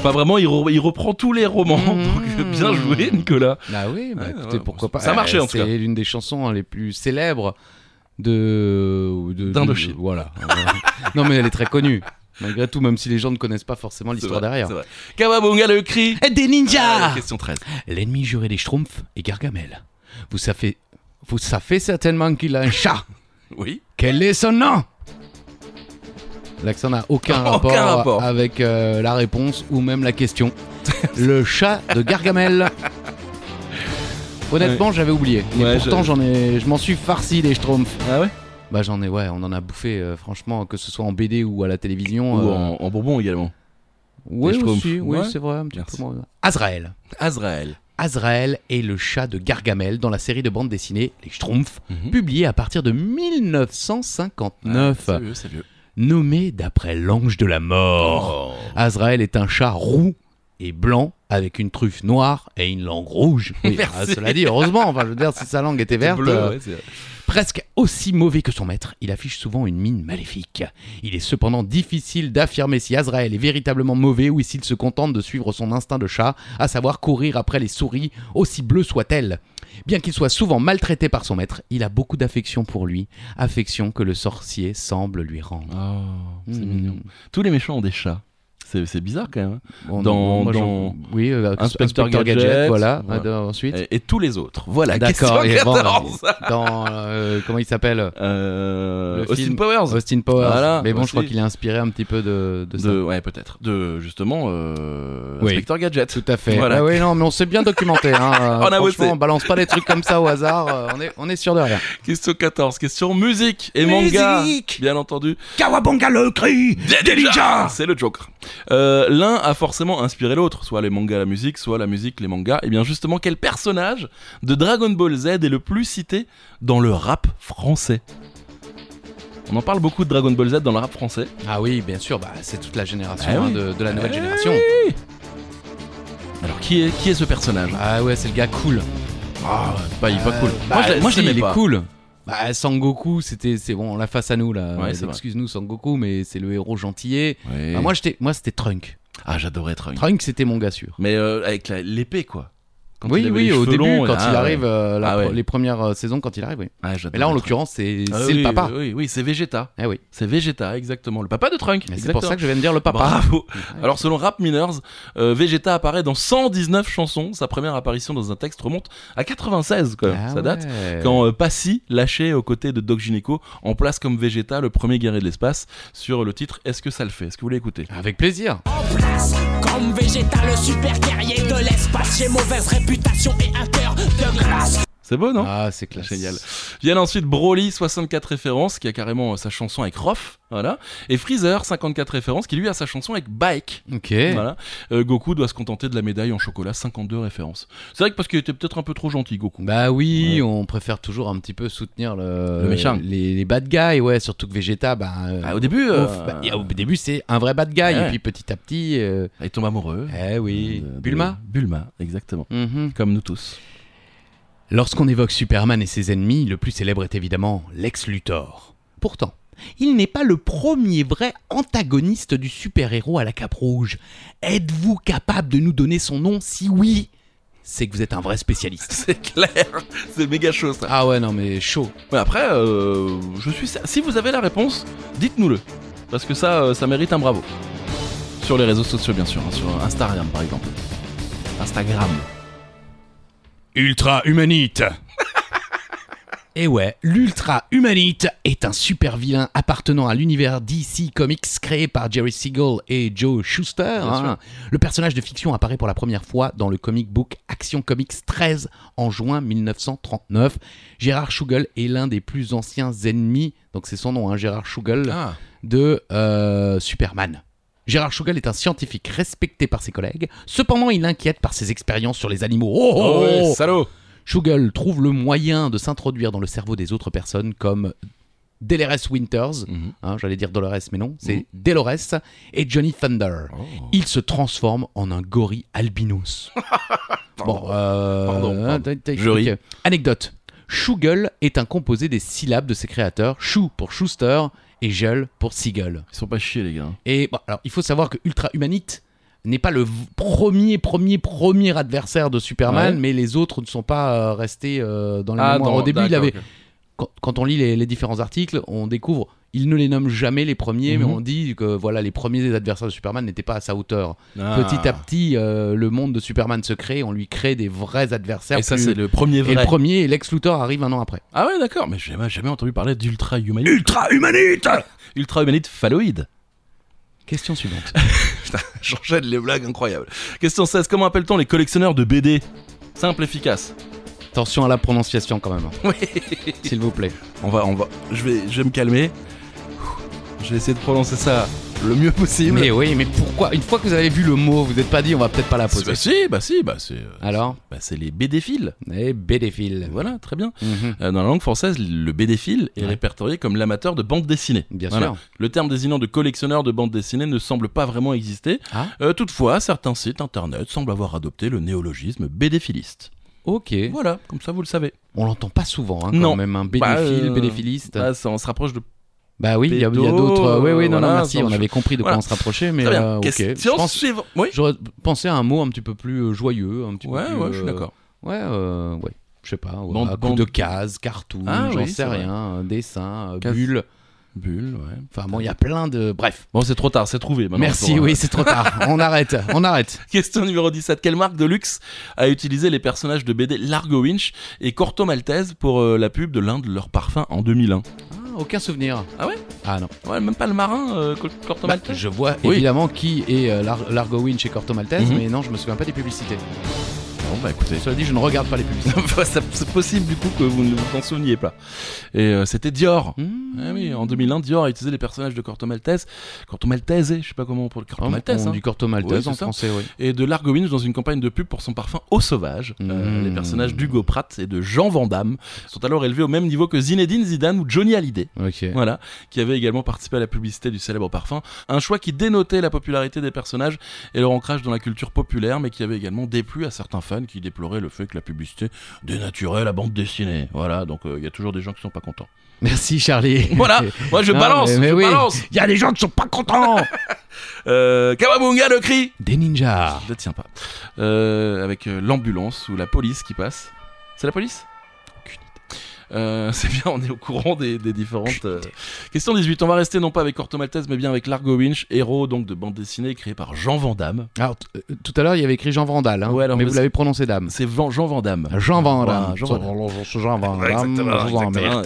Enfin, vraiment, il, re- il reprend tous les romans. Donc, Mhm. bien joué, Nicolas. Bah oui, bah Ouais, écoutez, Ah, ouais, pourquoi bon, pas. ça Eh, marchait, en tout cas. C'est l'une des chansons les plus célèbres de. de- D'Indochine. de- Voilà. non, mais elle est très connue. Malgré tout, même si les gens ne connaissent pas forcément C'est l'histoire vrai, derrière. c'est vrai. Kawabunga le cri. Eh, Des Ah, ninjas question 13. L'ennemi juré des Schtroumpfs est Gargamel. Vous savez, vous savez certainement qu'il a un chat. Oui. Quel est son nom L'accent n'a aucun, Aucun rapport rapport. avec euh, la réponse ou même la question. Le chat de Gargamel. Honnêtement, j'avais oublié. Et Ouais, pourtant, je- j'en ai, je m'en suis farci des Schtroumpfs. Ah ouais Bah, j'en ai, ouais, on en a bouffé, euh, franchement, que ce soit en BD ou à la Ou télévision. euh, en, en bourbon également. Oui, des Schtroumpfs. aussi, oui, Ouais. c'est vrai, un petit peu Merci. moins. Azrael. Azrael. Azrael est le chat de Gargamel dans la série de bande dessinée Les Schtroumpfs, Mhm. publiée à partir de Ah, 1959, C'est vieux, c'est vieux. nommé d'après l'ange de la mort. Azrael est un chat roux et blanc avec une truffe noire et une langue rouge. Oui, Merci. ah, cela dit, heureusement, enfin, je veux dire, si sa langue était verte, Bleu, euh, ouais, c'est- Presque aussi mauvais que son maître, il affiche souvent une mine maléfique. Il est cependant difficile d'affirmer si Azrael est véritablement mauvais ou s'il se contente de suivre son instinct de chat, à savoir courir après les souris, aussi bleues soient-elles. Bien qu'il soit souvent maltraité par son maître, il a beaucoup d'affection pour lui, affection que le sorcier semble lui rendre. Oh, c'est Hmm. mignon. Tous les méchants ont des chats. C'est c'est bizarre quand même. hein. Bon, Dans- non, moi, je- dans oui, euh, Inspecteur Inspecteur Gadget, Gadget, voilà. voilà. Ah, Ensuite, Et, et tous les autres. Voilà, D'accord, question et bon, 14. dans euh, comment il s'appelle Euh, Le Austin film. Powers. Austin Powers. Voilà, mais bon, aussi. je crois qu'il est inspiré un petit peu de, de ça. De, ouais, peut-être. De justement euh, Oui. Inspecteur Gadget. Tout à fait. Voilà. Ah oui, non, mais on s'est bien documenté. Hein. Euh, On a Franchement, bossé. on balance pas des trucs comme ça au hasard. euh, on est, on est sûr de rien. Question 14. Question musique et manga. Bien entendu. Kawabanga le cri Ah. Déjà C'est le Joker. Euh, L'un a forcément inspiré l'autre, soit les mangas la musique, soit la musique les mangas. Et bien justement, quel personnage de Dragon Ball Z est le plus cité dans le rap français On en parle beaucoup de Dragon Ball Z dans le rap français. Ah oui, bien sûr. Bah, c'est toute la génération Ah hein, oui. de, de la nouvelle Ah génération. oui. Alors qui est, qui est ce personnage Ah ouais, c'est le gars cool. Ah, pas, il est pas Euh, cool. moi, bah, je, l'ai- moi, je si, l'aimais il pas. est cool. Bah, Sangoku, c'était, c'est bon, on l'a face à nous là. Ouais, c'est vrai. Excuse-nous, Sangoku, mais c'est le héros gentillet. Ouais. Bah, moi, j'étais, moi, c'était Trunk. ah, j'adorais Trunk. Trunk, c'était mon gars sûr. Mais euh, avec la- l'épée, quoi. Quand il oui, avait oui, les au cheveux début, longs, quand ah, il ouais. arrive, euh, la Ah pre- ouais. les premières euh, saisons, quand il arrive, oui. Ah, j'adorais Mais là, en Trunk. l'occurrence, c'est, Ah, c'est oui, le papa. Oui, oui, c'est Vegeta. Eh oui. C'est Vegeta, exactement. Le papa de Trunk. Mais C'est pour ça que je viens de dire le Exactement. papa. Bravo. Alors selon Rap Miners, euh, Vegeta apparaît dans 119 chansons. Sa première apparition dans un texte remonte à 96 quand même. Ah ça date. ouais. Quand euh, Passy lâchait aux côtés de Doc Gynéco en place comme Vegeta, le premier guerrier de l'espace, sur le titre Est-ce que ça le fait Est-ce que vous voulez écouter Avec plaisir. place. Comme Vegeta, le super guerrier de l'espace. J'ai mauvaise réputation et un cœur de glace. C'est beau, non ah, c'est classe. Génial. Viennent ensuite Broly 64 références qui a carrément euh, sa chanson avec Rof, voilà, et Freezer 54 références qui lui a sa chanson avec Bike. Ok. Voilà. Euh, Goku doit se contenter de la médaille en chocolat 52 références. C'est vrai que parce qu'il était peut-être un peu trop gentil Goku. Bah Ouais. oui, on préfère toujours un petit peu soutenir le, Le méchant. les, les bad guys, ouais, surtout que Vegeta, bah, euh, Ah, au début, euh, ouf, bah, et au début c'est un vrai bad guy, ouais. et puis petit à petit, euh, il tombe amoureux. eh oui, Euh, de- Bulma. Bulma, exactement. Mhm. Comme nous tous. Lorsqu'on évoque Superman et ses ennemis, le plus célèbre est évidemment Lex Luthor. Pourtant, il n'est pas le premier vrai antagoniste du super-héros à la cape rouge. Êtes-vous capable de nous donner son nom Si oui, c'est que vous êtes un vrai spécialiste. C'est clair, c'est méga chaud ça. Ah ouais, non, mais chaud. Mais après, euh, je suis. sa- Si vous avez la réponse, dites-nous-le. Parce que ça, euh, ça mérite un bravo. Sur les réseaux sociaux, bien sûr. hein, sur Instagram, par exemple. Instagram. Ultra-humanite Et Eh ouais, l'Ultra Humanite est un super vilain appartenant à l'univers DC Comics créé par Jerry Siegel et Joe Schuster. hein. Le personnage de fiction apparaît pour la première fois dans le comic book Action Comics 13 en juin 1939. Gérard Schugel est l'un des plus anciens ennemis, donc c'est son nom, hein, Gérard Schugel, Ah. de euh, Superman. Gérard Schugel est un scientifique respecté par ses collègues, cependant il inquiète par ses expériences sur les animaux. Oh, oh, Oh, oh ouais, salaud Schugel trouve le moyen de s'introduire dans le cerveau des autres personnes comme Delores Winters, Mhm. hein, j'allais dire Dolores mais non, c'est Mhm. Delores, et Johnny Thunder. Oh. Il se transforme en un gorille albinos. bon, euh, Pardon, pardon. hein, t'as- t'as Je ris. expliqué. Anecdote. Schugel est un composé des syllabes de ses créateurs, Chou pour Schuster et Gel pour Siegel. Ils sont pas chiés, les gars. Et bon, alors, il faut savoir que Ultra Humanite n'est pas le v- premier, premier, premier adversaire de Superman, Ouais. Ah, mais les autres ne sont pas euh, restés euh, dans les mémoires. Au début, il hein. d'accord, avait. ok. Quand, quand on lit les, les différents articles, on découvre. Il ne les nomme jamais les premiers, mais Mhm. on dit que voilà, les premiers des adversaires de Superman n'étaient pas à sa hauteur. Ah. Petit à petit, euh, le monde de Superman se crée, on lui crée des vrais adversaires. Et ça, plus- c'est le premier vrai. et le premier, Lex Luthor arrive un an après. Ah ouais, d'accord, mais j'ai jamais, jamais entendu parler d'ultra-humanite. Ah, Ultra-humanite Ultra-humanite phalloïde. Question suivante. J'enchaîne les blagues incroyables. Question 16. Comment appelle-t-on les collectionneurs de BD Simple, efficace. Attention à la prononciation quand même. S'il vous plaît. On va, on va. Je vais, je vais me calmer. Je vais essayer de prononcer ça le mieux possible. Mais oui, mais pourquoi Une fois que vous avez vu le mot, vous n'êtes pas dit, on va peut-être pas la C'est- poser. bah si, bah si, bah c'est. euh, Alors Bah c'est les BDphiles. Eh, Mhm. bédéphile. Voilà, très bien. Euh, dans la langue française, le BDphile est Ouais. répertorié comme l'amateur de bande dessinée. Bien Voilà. sûr. Le terme désignant de collectionneur de bande dessinée ne semble pas vraiment exister. Ah. Euh, toutefois, certains sites internet semblent avoir adopté le néologisme BDphiliste. Ok. Voilà, comme ça vous le savez. On l'entend pas souvent, hein, quand Non. même, un Bah, bénéphile, euh, bénéphiliste. Bah, ça, on se rapproche de. Bah oui, il y a, il y a Pédo, d'autres. euh, oui, oui, non, non, voilà, merci. ça, On je- avait compris de quoi voilà. on se rapprochait, mais Très bien. euh, ok. Question Je pense- suivante. Oui. J'aurais pensé à un mot un petit peu plus euh, joyeux, un petit peu Ouais, plus, ouais, je suis euh, d'accord. Ouais, euh, ouais. Je sais pas. Ouais, Bande- à coup bande- de cases, cartoon, Ah j'en oui, sais c'est vrai. rien, un dessin, euh, Case- bulle. Bulle, ouais. Enfin bon, il y a plein de. Bref. Bon, c'est trop tard, c'est trouvé. maintenant, Merci, pour, euh, oui, c'est trop tard. on arrête, on arrête. Question numéro 17. Quelle marque de luxe a utilisé les personnages de BD Largo Winch et Corto Maltese pour euh, la pub de l'un de leurs parfums en 2001 Ah, aucun souvenir. Ah ouais Ah non. Ouais, même pas le marin, euh, Cor- Corto Bah, Maltese je vois Oui. évidemment qui est euh, Lar- Largo Winch et Corto Maltese, Mhm. mais non, je me souviens pas des publicités. Bon, bah écoutez. Cela dit, je ne regarde pas les publicités. Enfin, ça- c'est possible du coup que vous ne vous en souveniez pas. Et euh, c'était Dior. Hmm. Ah oui, en 2001, Dior a utilisé les personnages de Corto Maltese, Corto Maltese, je sais pas comment on le Corto On- Maltese, on hein, dit Corto Oui, Maltese c'est en ça. français, oui. et de Largo Winch dans une campagne de pub pour son parfum Au Sauvage. Euh, Mmh. les personnages d'Hugo Pratt et de Jean Van Damme sont alors élevés au même niveau que Zinedine Zidane ou Johnny Hallyday. Ok. Voilà, qui avait également participé à la publicité du célèbre parfum, un choix qui dénotait la popularité des personnages et leur ancrage dans la culture populaire, mais qui avait également déplu à certains fans qui déploraient le fait que la publicité dénaturait la bande dessinée. Voilà, donc euh, il y a toujours des gens qui sont pas contents. Merci Charlie. Voilà, moi je Non, balance, Ah, mais- mais je oui. balance. Il y a des gens qui sont pas contents. Euh, Kawabunga le cri. des ninjas. Je le tiens pas. Euh, avec euh, l'ambulance ou la police qui passe. C'est la police Aucune idée. Euh, c'est bien, on est au courant des, des différentes. euh, Question 18. On va rester non pas avec Corto Maltese, mais bien avec Largo Winch, héros donc de bande dessinée créé par Jean Van Damme. Alors t- euh, tout à l'heure, il y avait écrit Jean Vandal, hein, Ouais, alors, mais mais vous c'est- l'avez prononcé dame. C'est Van- Jean Van Damme. Jean Vandal. Voilà, Jean Van Damme. Jean Vandal. Exactement,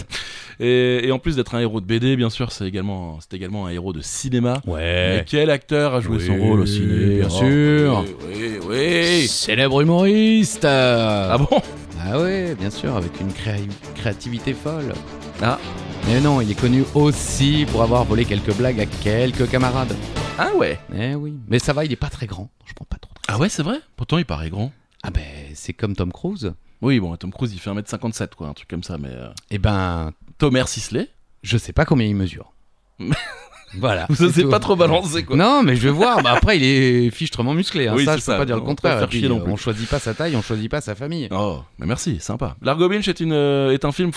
Et, et en plus d'être un héros de BD, bien sûr, c'est également, c'est également un héros de cinéma. Mais Ouais. quel acteur a joué son Oui, rôle au ciné bien Oh, sûr. Oui, oui. Célèbre humoriste. Ah bon Ah ouais, bien sûr, avec une créa- créativité folle. Ah. Mais non, il est connu aussi pour avoir volé quelques blagues à quelques camarades. Ah ouais. Eh oui. Mais ça va, il est pas très grand. Je prends pas trop. de risques. Ah ouais, c'est vrai. Pourtant, il paraît grand. Ah ben, c'est comme Tom Cruise. Oui, bon, Tom Cruise, il fait 1m57, quoi, un truc comme ça, mais. euh, Eh ben, Thomas Sisley je sais pas combien il mesure. voilà. Vous c'est osez tout. pas trop balancer, quoi. Non, mais je vais voir. Bah, après, il est fichtrement musclé. hein. Oui, ça, c'est je peux ça. pas dire le On peut contraire. pas faire Et puis, chier non euh, plus. On choisit pas sa taille, on choisit pas sa famille. Oh, mais merci, sympa. Largo Winch est, une, euh, est un film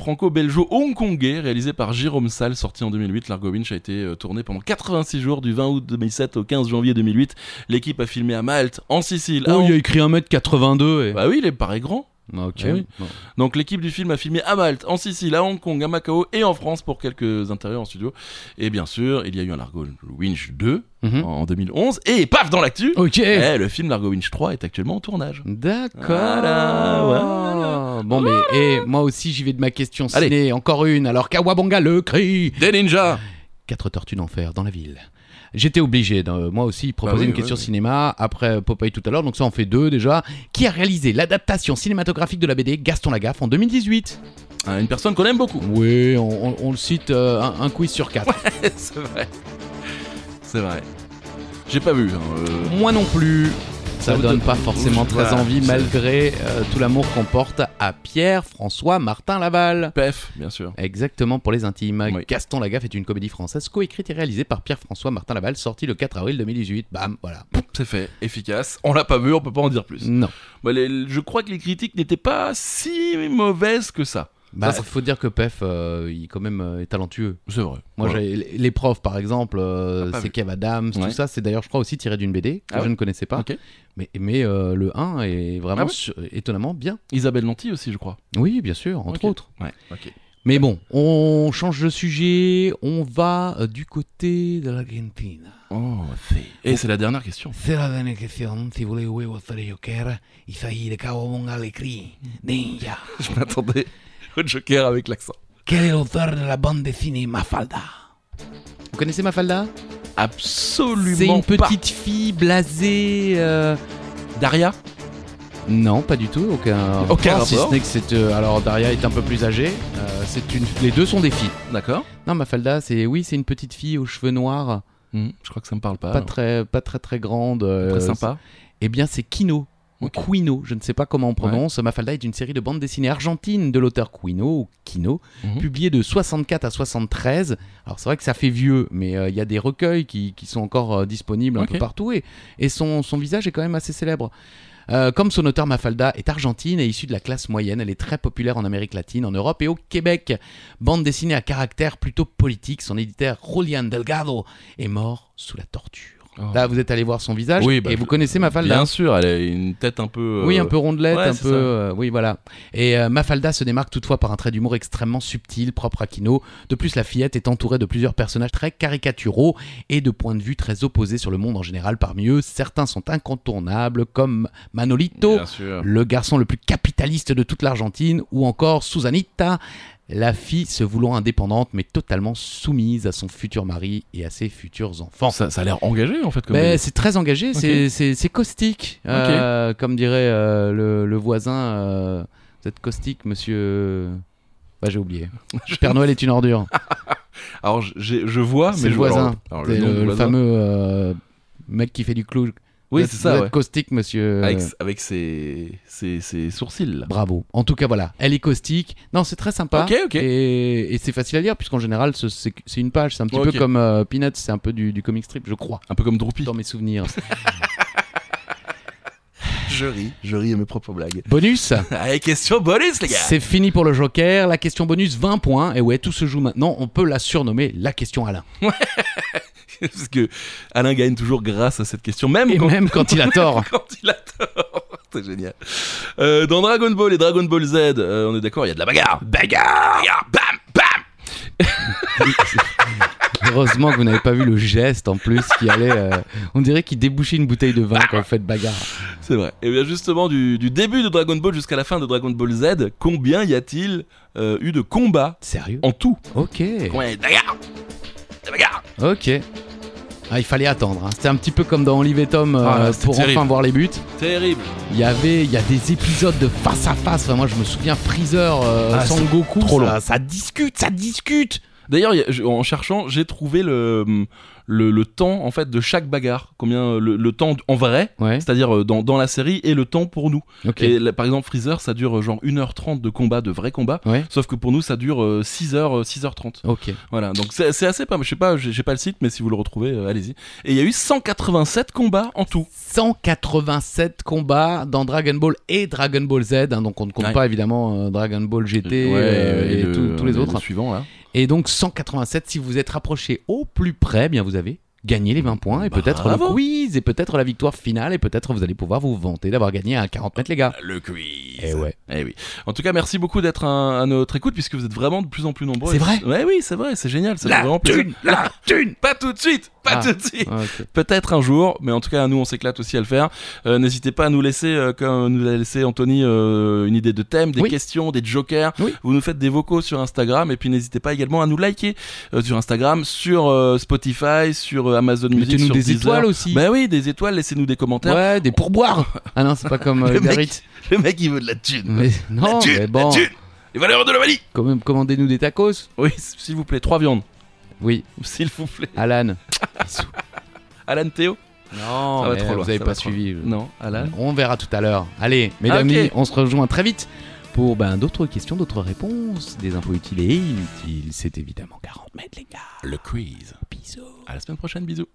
franco-belgeo-hongkongais réalisé par Jérôme Salle, sorti en 2008. Largo Winch a été euh, tourné pendant 86 jours, du 20 août 2007 au 15 janvier 2008. L'équipe a filmé à Malte, en Sicile. à Oh, Hong- il a écrit 1m82. Et... Bah oui, il est paraît grand. Ah, ok. Ah oui. Bon. Donc l'équipe du film a filmé à Malte, en Sicile, à Hong Kong, à Macao et en France pour quelques intérieurs en studio. Et bien sûr, il y a eu un Largo Winch 2 Mhm. en 2011. Et paf, dans l'actu Ok. Eh, le film Largo Winch 3 est actuellement en tournage. D'accord. Voilà, voilà. Bon, mais eh, moi aussi, j'y vais de ma question ciné. Allez. Encore une. Alors, Kawabonga le cri. Des ninjas Quatre tortues d'enfer dans la ville. J'étais obligé, d'un- moi aussi, proposer Bah oui, une oui, question oui. cinéma après Popeye tout à l'heure, donc ça en fait deux déjà. Qui a réalisé l'adaptation cinématographique de la BD Gaston Lagaffe en 2018 Ah, Une personne qu'on aime beaucoup. Oui, on, on- on le cite euh, un, un quiz sur quatre. C'est vrai. C'est vrai. J'ai pas vu. hein, euh, Moi non plus. Ça Ça vous donne donne- pas forcément Ouh, très voilà, envie c'est- malgré euh, tout l'amour qu'on porte à Pierre, François, Martin Laval. PEF, bien sûr. Exactement pour les intimes. Oui. Gaston Lagaffe est une comédie française coécrite et réalisée par Pierre-François Martin Laval, sortie le 4 avril 2018. Bam, voilà. C'est fait. Efficace. On l'a pas vu, on peut pas en dire plus. Non. Bah, les- je crois que les critiques n'étaient pas si mauvaises que ça. Bah, ça- faut dire que Pef, euh, il quand même euh, est talentueux. C'est vrai. Moi, Voilà. j'ai les les profs, par exemple, euh, Ah, pas c'est vu. Kev Adams, tout Ouais. ça. C'est d'ailleurs, je crois, aussi tiré d'une BD que Ah ouais je ne connaissais pas. Ok. Mais, mais euh, le 1 est vraiment Ah ouais su- étonnamment bien. Isabelle Nanty aussi, je crois. Oui, bien sûr, entre Ok. autres. Ouais. Ok. Mais bon, on change de sujet. On va euh, du côté de l'Argentine. Oh, fait. Et c'est la dernière question. C'est la dernière question. Si vous voulez jouer votre joker, il s'agit de Kawabonga le cri. Ninja. Je m'attendais au Joker avec l'accent. Quel est l'auteur de la bande dessinée Mafalda Vous connaissez Mafalda Absolument. C'est une pas. petite fille blasée. euh, Daria. Non, pas du tout, aucun. Aucun rapport, si rapport. ce n'est que c'est. euh, alors Daria est un peu plus âgée. euh, c'est une. Les deux sont des filles. D'accord. Non, Mafalda, c'est oui, c'est une petite fille aux cheveux noirs, euh, Hmm, je crois que ça me parle pas. pas non. très, pas très très grande. euh, Très sympa. Eh bien, c'est Kino. ou Ok. Quino, je ne sais pas comment on prononce. Mafalda est une série de bandes dessinées argentines de l'auteur Quino ou Quino, Mhm. publiée de 64 à 73. Alors c'est vrai que ça fait vieux, mais euh, il y a des recueils qui, qui sont encore euh, disponibles un Ok. peu partout et, et son, son visage est quand même assez célèbre. Euh, comme son auteur Mafalda est argentine et issue de la classe moyenne, elle est très populaire en Amérique latine, en Europe et au Québec. Bande dessinée à caractère plutôt politique, son éditeur Julian Delgado est mort sous la torture. Oh. Là, vous êtes allé voir son visage Oui, bah, et je- vous connaissez Mafalda. Bien sûr, elle a une tête un peu. euh, Oui, un peu rondelette, ouais, un c'est peu. ça. euh, oui, voilà. Et euh, Mafalda se démarque toutefois par un trait d'humour extrêmement subtil, propre à Kino. De plus, la fillette est entourée de plusieurs personnages très caricaturaux et de points de vue très opposés sur le monde en général. Parmi eux, certains sont incontournables, comme Manolito, Bien sûr. le garçon le plus capitaliste de toute l'Argentine, ou encore Susanita, la fille se voulant indépendante mais totalement soumise à son futur mari et à ses futurs enfants. Ça, ça a l'air engagé en fait. Comme Ben, c'est très engagé, Ok. c'est- c'est c'est caustique, euh, comme dirait euh, le, le voisin. euh, vous êtes caustique, monsieur. Bah, j'ai oublié. Père Noël est une ordure. Alors j'ai- je vois, mais C'est le je- voisin. alors, alors, C'est Oh, nom du le, le voisin. fameux euh, mec qui fait du clou. Vous Oui, êtes- c'est Vous ça. ouais. Ah, êtes euh, caustique, monsieur. Avec, avec ses, ses, ses sourcils. là. Bravo. En tout cas, voilà. Elle est caustique. Non, c'est très sympa. Ok, ok. Et, et c'est facile à lire, puisqu'en général, ce- c'est c'est une page. C'est un petit Ok. peu comme euh, Peanuts, c'est un peu du, du comic strip, je crois, Un peu comme Droopy. dans mes souvenirs. Je ris, je ris à mes propres blagues. Bonus Allez, question Ah, bonus, les gars C'est fini pour le Joker. La question bonus, 20 points. Et ouais, tout se joue maintenant. On peut la surnommer la question Alain. Parce que Alain gagne toujours grâce à cette question, même Et quand même quand il a tort. quand il a tort. C'est génial. Euh, dans Dragon Ball et Dragon Ball Z, euh, on est d'accord, il y a de la bagarre. Bagarre Bam Bam Heureusement que vous n'avez pas vu le geste en plus qui allait. euh, on dirait qu'il débouchait une bouteille de vin quand vous faites bagarre. C'est vrai. Et bien justement, du, du début de Dragon Ball jusqu'à la fin de Dragon Ball Z, combien y a-t-il euh, eu de combats Sérieux en tout Ok. Combien de bagarres De bagarres Ok. Ah, il fallait attendre. hein. C'était un petit peu comme dans Olive et Tom euh, Ah, c'était pour terrible. enfin voir les buts. Terrible Il y avait, il y a des épisodes de face à face. Enfin, moi, je me souviens Freezer, euh, Ah, c'est Sangoku. trop ça, long. ça discute, ça discute. D'ailleurs, il y a- je- en cherchant, j'ai trouvé le, le, le temps en fait de chaque bagarre, combien euh, le, le temps en vrai, Ouais. c'est-à-dire euh, dans, dans la série, et le temps pour nous. Ok. Et là, par exemple, Freezer, ça dure euh, genre 1h30 de combat, de vrai combat. Ouais. Sauf que pour nous, ça dure euh, 6h, euh, 6h30. Ok. Voilà, donc c'est c'est assez pas mal. Je sais pas, j'ai j'ai pas le site, mais si vous le retrouvez, euh, allez-y. Et il y a eu 187 combats en tout. 187 combats dans Dragon Ball et Dragon Ball Z, hein, donc on ne compte Ouais. pas évidemment euh, Dragon Ball GT euh, et, le- tout- tous les le autres. suivant, là. Et donc 187, si vous êtes rapproché au plus près, eh bien vous avez gagné les 20 points et peut-être le Bravo. quiz et peut-être la victoire finale et peut-être vous allez pouvoir vous vanter d'avoir gagné à 40 mètres les gars. Le quiz. Et ouais. Eh oui. En tout cas, merci beaucoup d'être un- à notre écoute puisque vous êtes vraiment de plus en plus nombreux. C'est vrai Ouais, oui, c'est vrai, c'est génial. Ça fait vraiment plaisir. Thune, La thune Pas tout de suite Pas Ah. tout de suite Ah, ok. Peut-être un jour, mais en tout cas, nous, on s'éclate aussi à le faire. Euh, N'hésitez pas à nous laisser, euh, comme nous l'a laissé Anthony, euh, une idée de thème, des Oui. questions, des jokers. Oui. Vous nous faites des vocaux sur Instagram, et puis n'hésitez pas également à nous liker euh, sur Instagram, sur euh, Spotify, sur euh, Amazon Music, Mettez-nous sur des Deezer. étoiles aussi. Ben oui, des étoiles, laissez-nous des commentaires. Ouais, des pourboires. Ah non, c'est pas comme euh, Le Uber mec- Eats. Le mec, il veut de la thune. Mais non, thune, mais bon, La thune Les valeurs de l'Ovalie quand même, commandez-nous des tacos. Oui, s'il vous plaît, trois viandes. Oui, S'il vous plaît. Alan. Alan Théo Non, Ça va mais trop loin, vous avez ça pas va trop loin. suivi. euh. Non, Alan. On verra tout à l'heure. Allez, mesdames, Ah, ok. amis, on se rejoint très vite pour ben, d'autres questions, d'autres réponses, des infos utiles et inutiles. C'est évidemment 40 mètres, les gars. Le quiz. Bisous. À la semaine prochaine, bisous.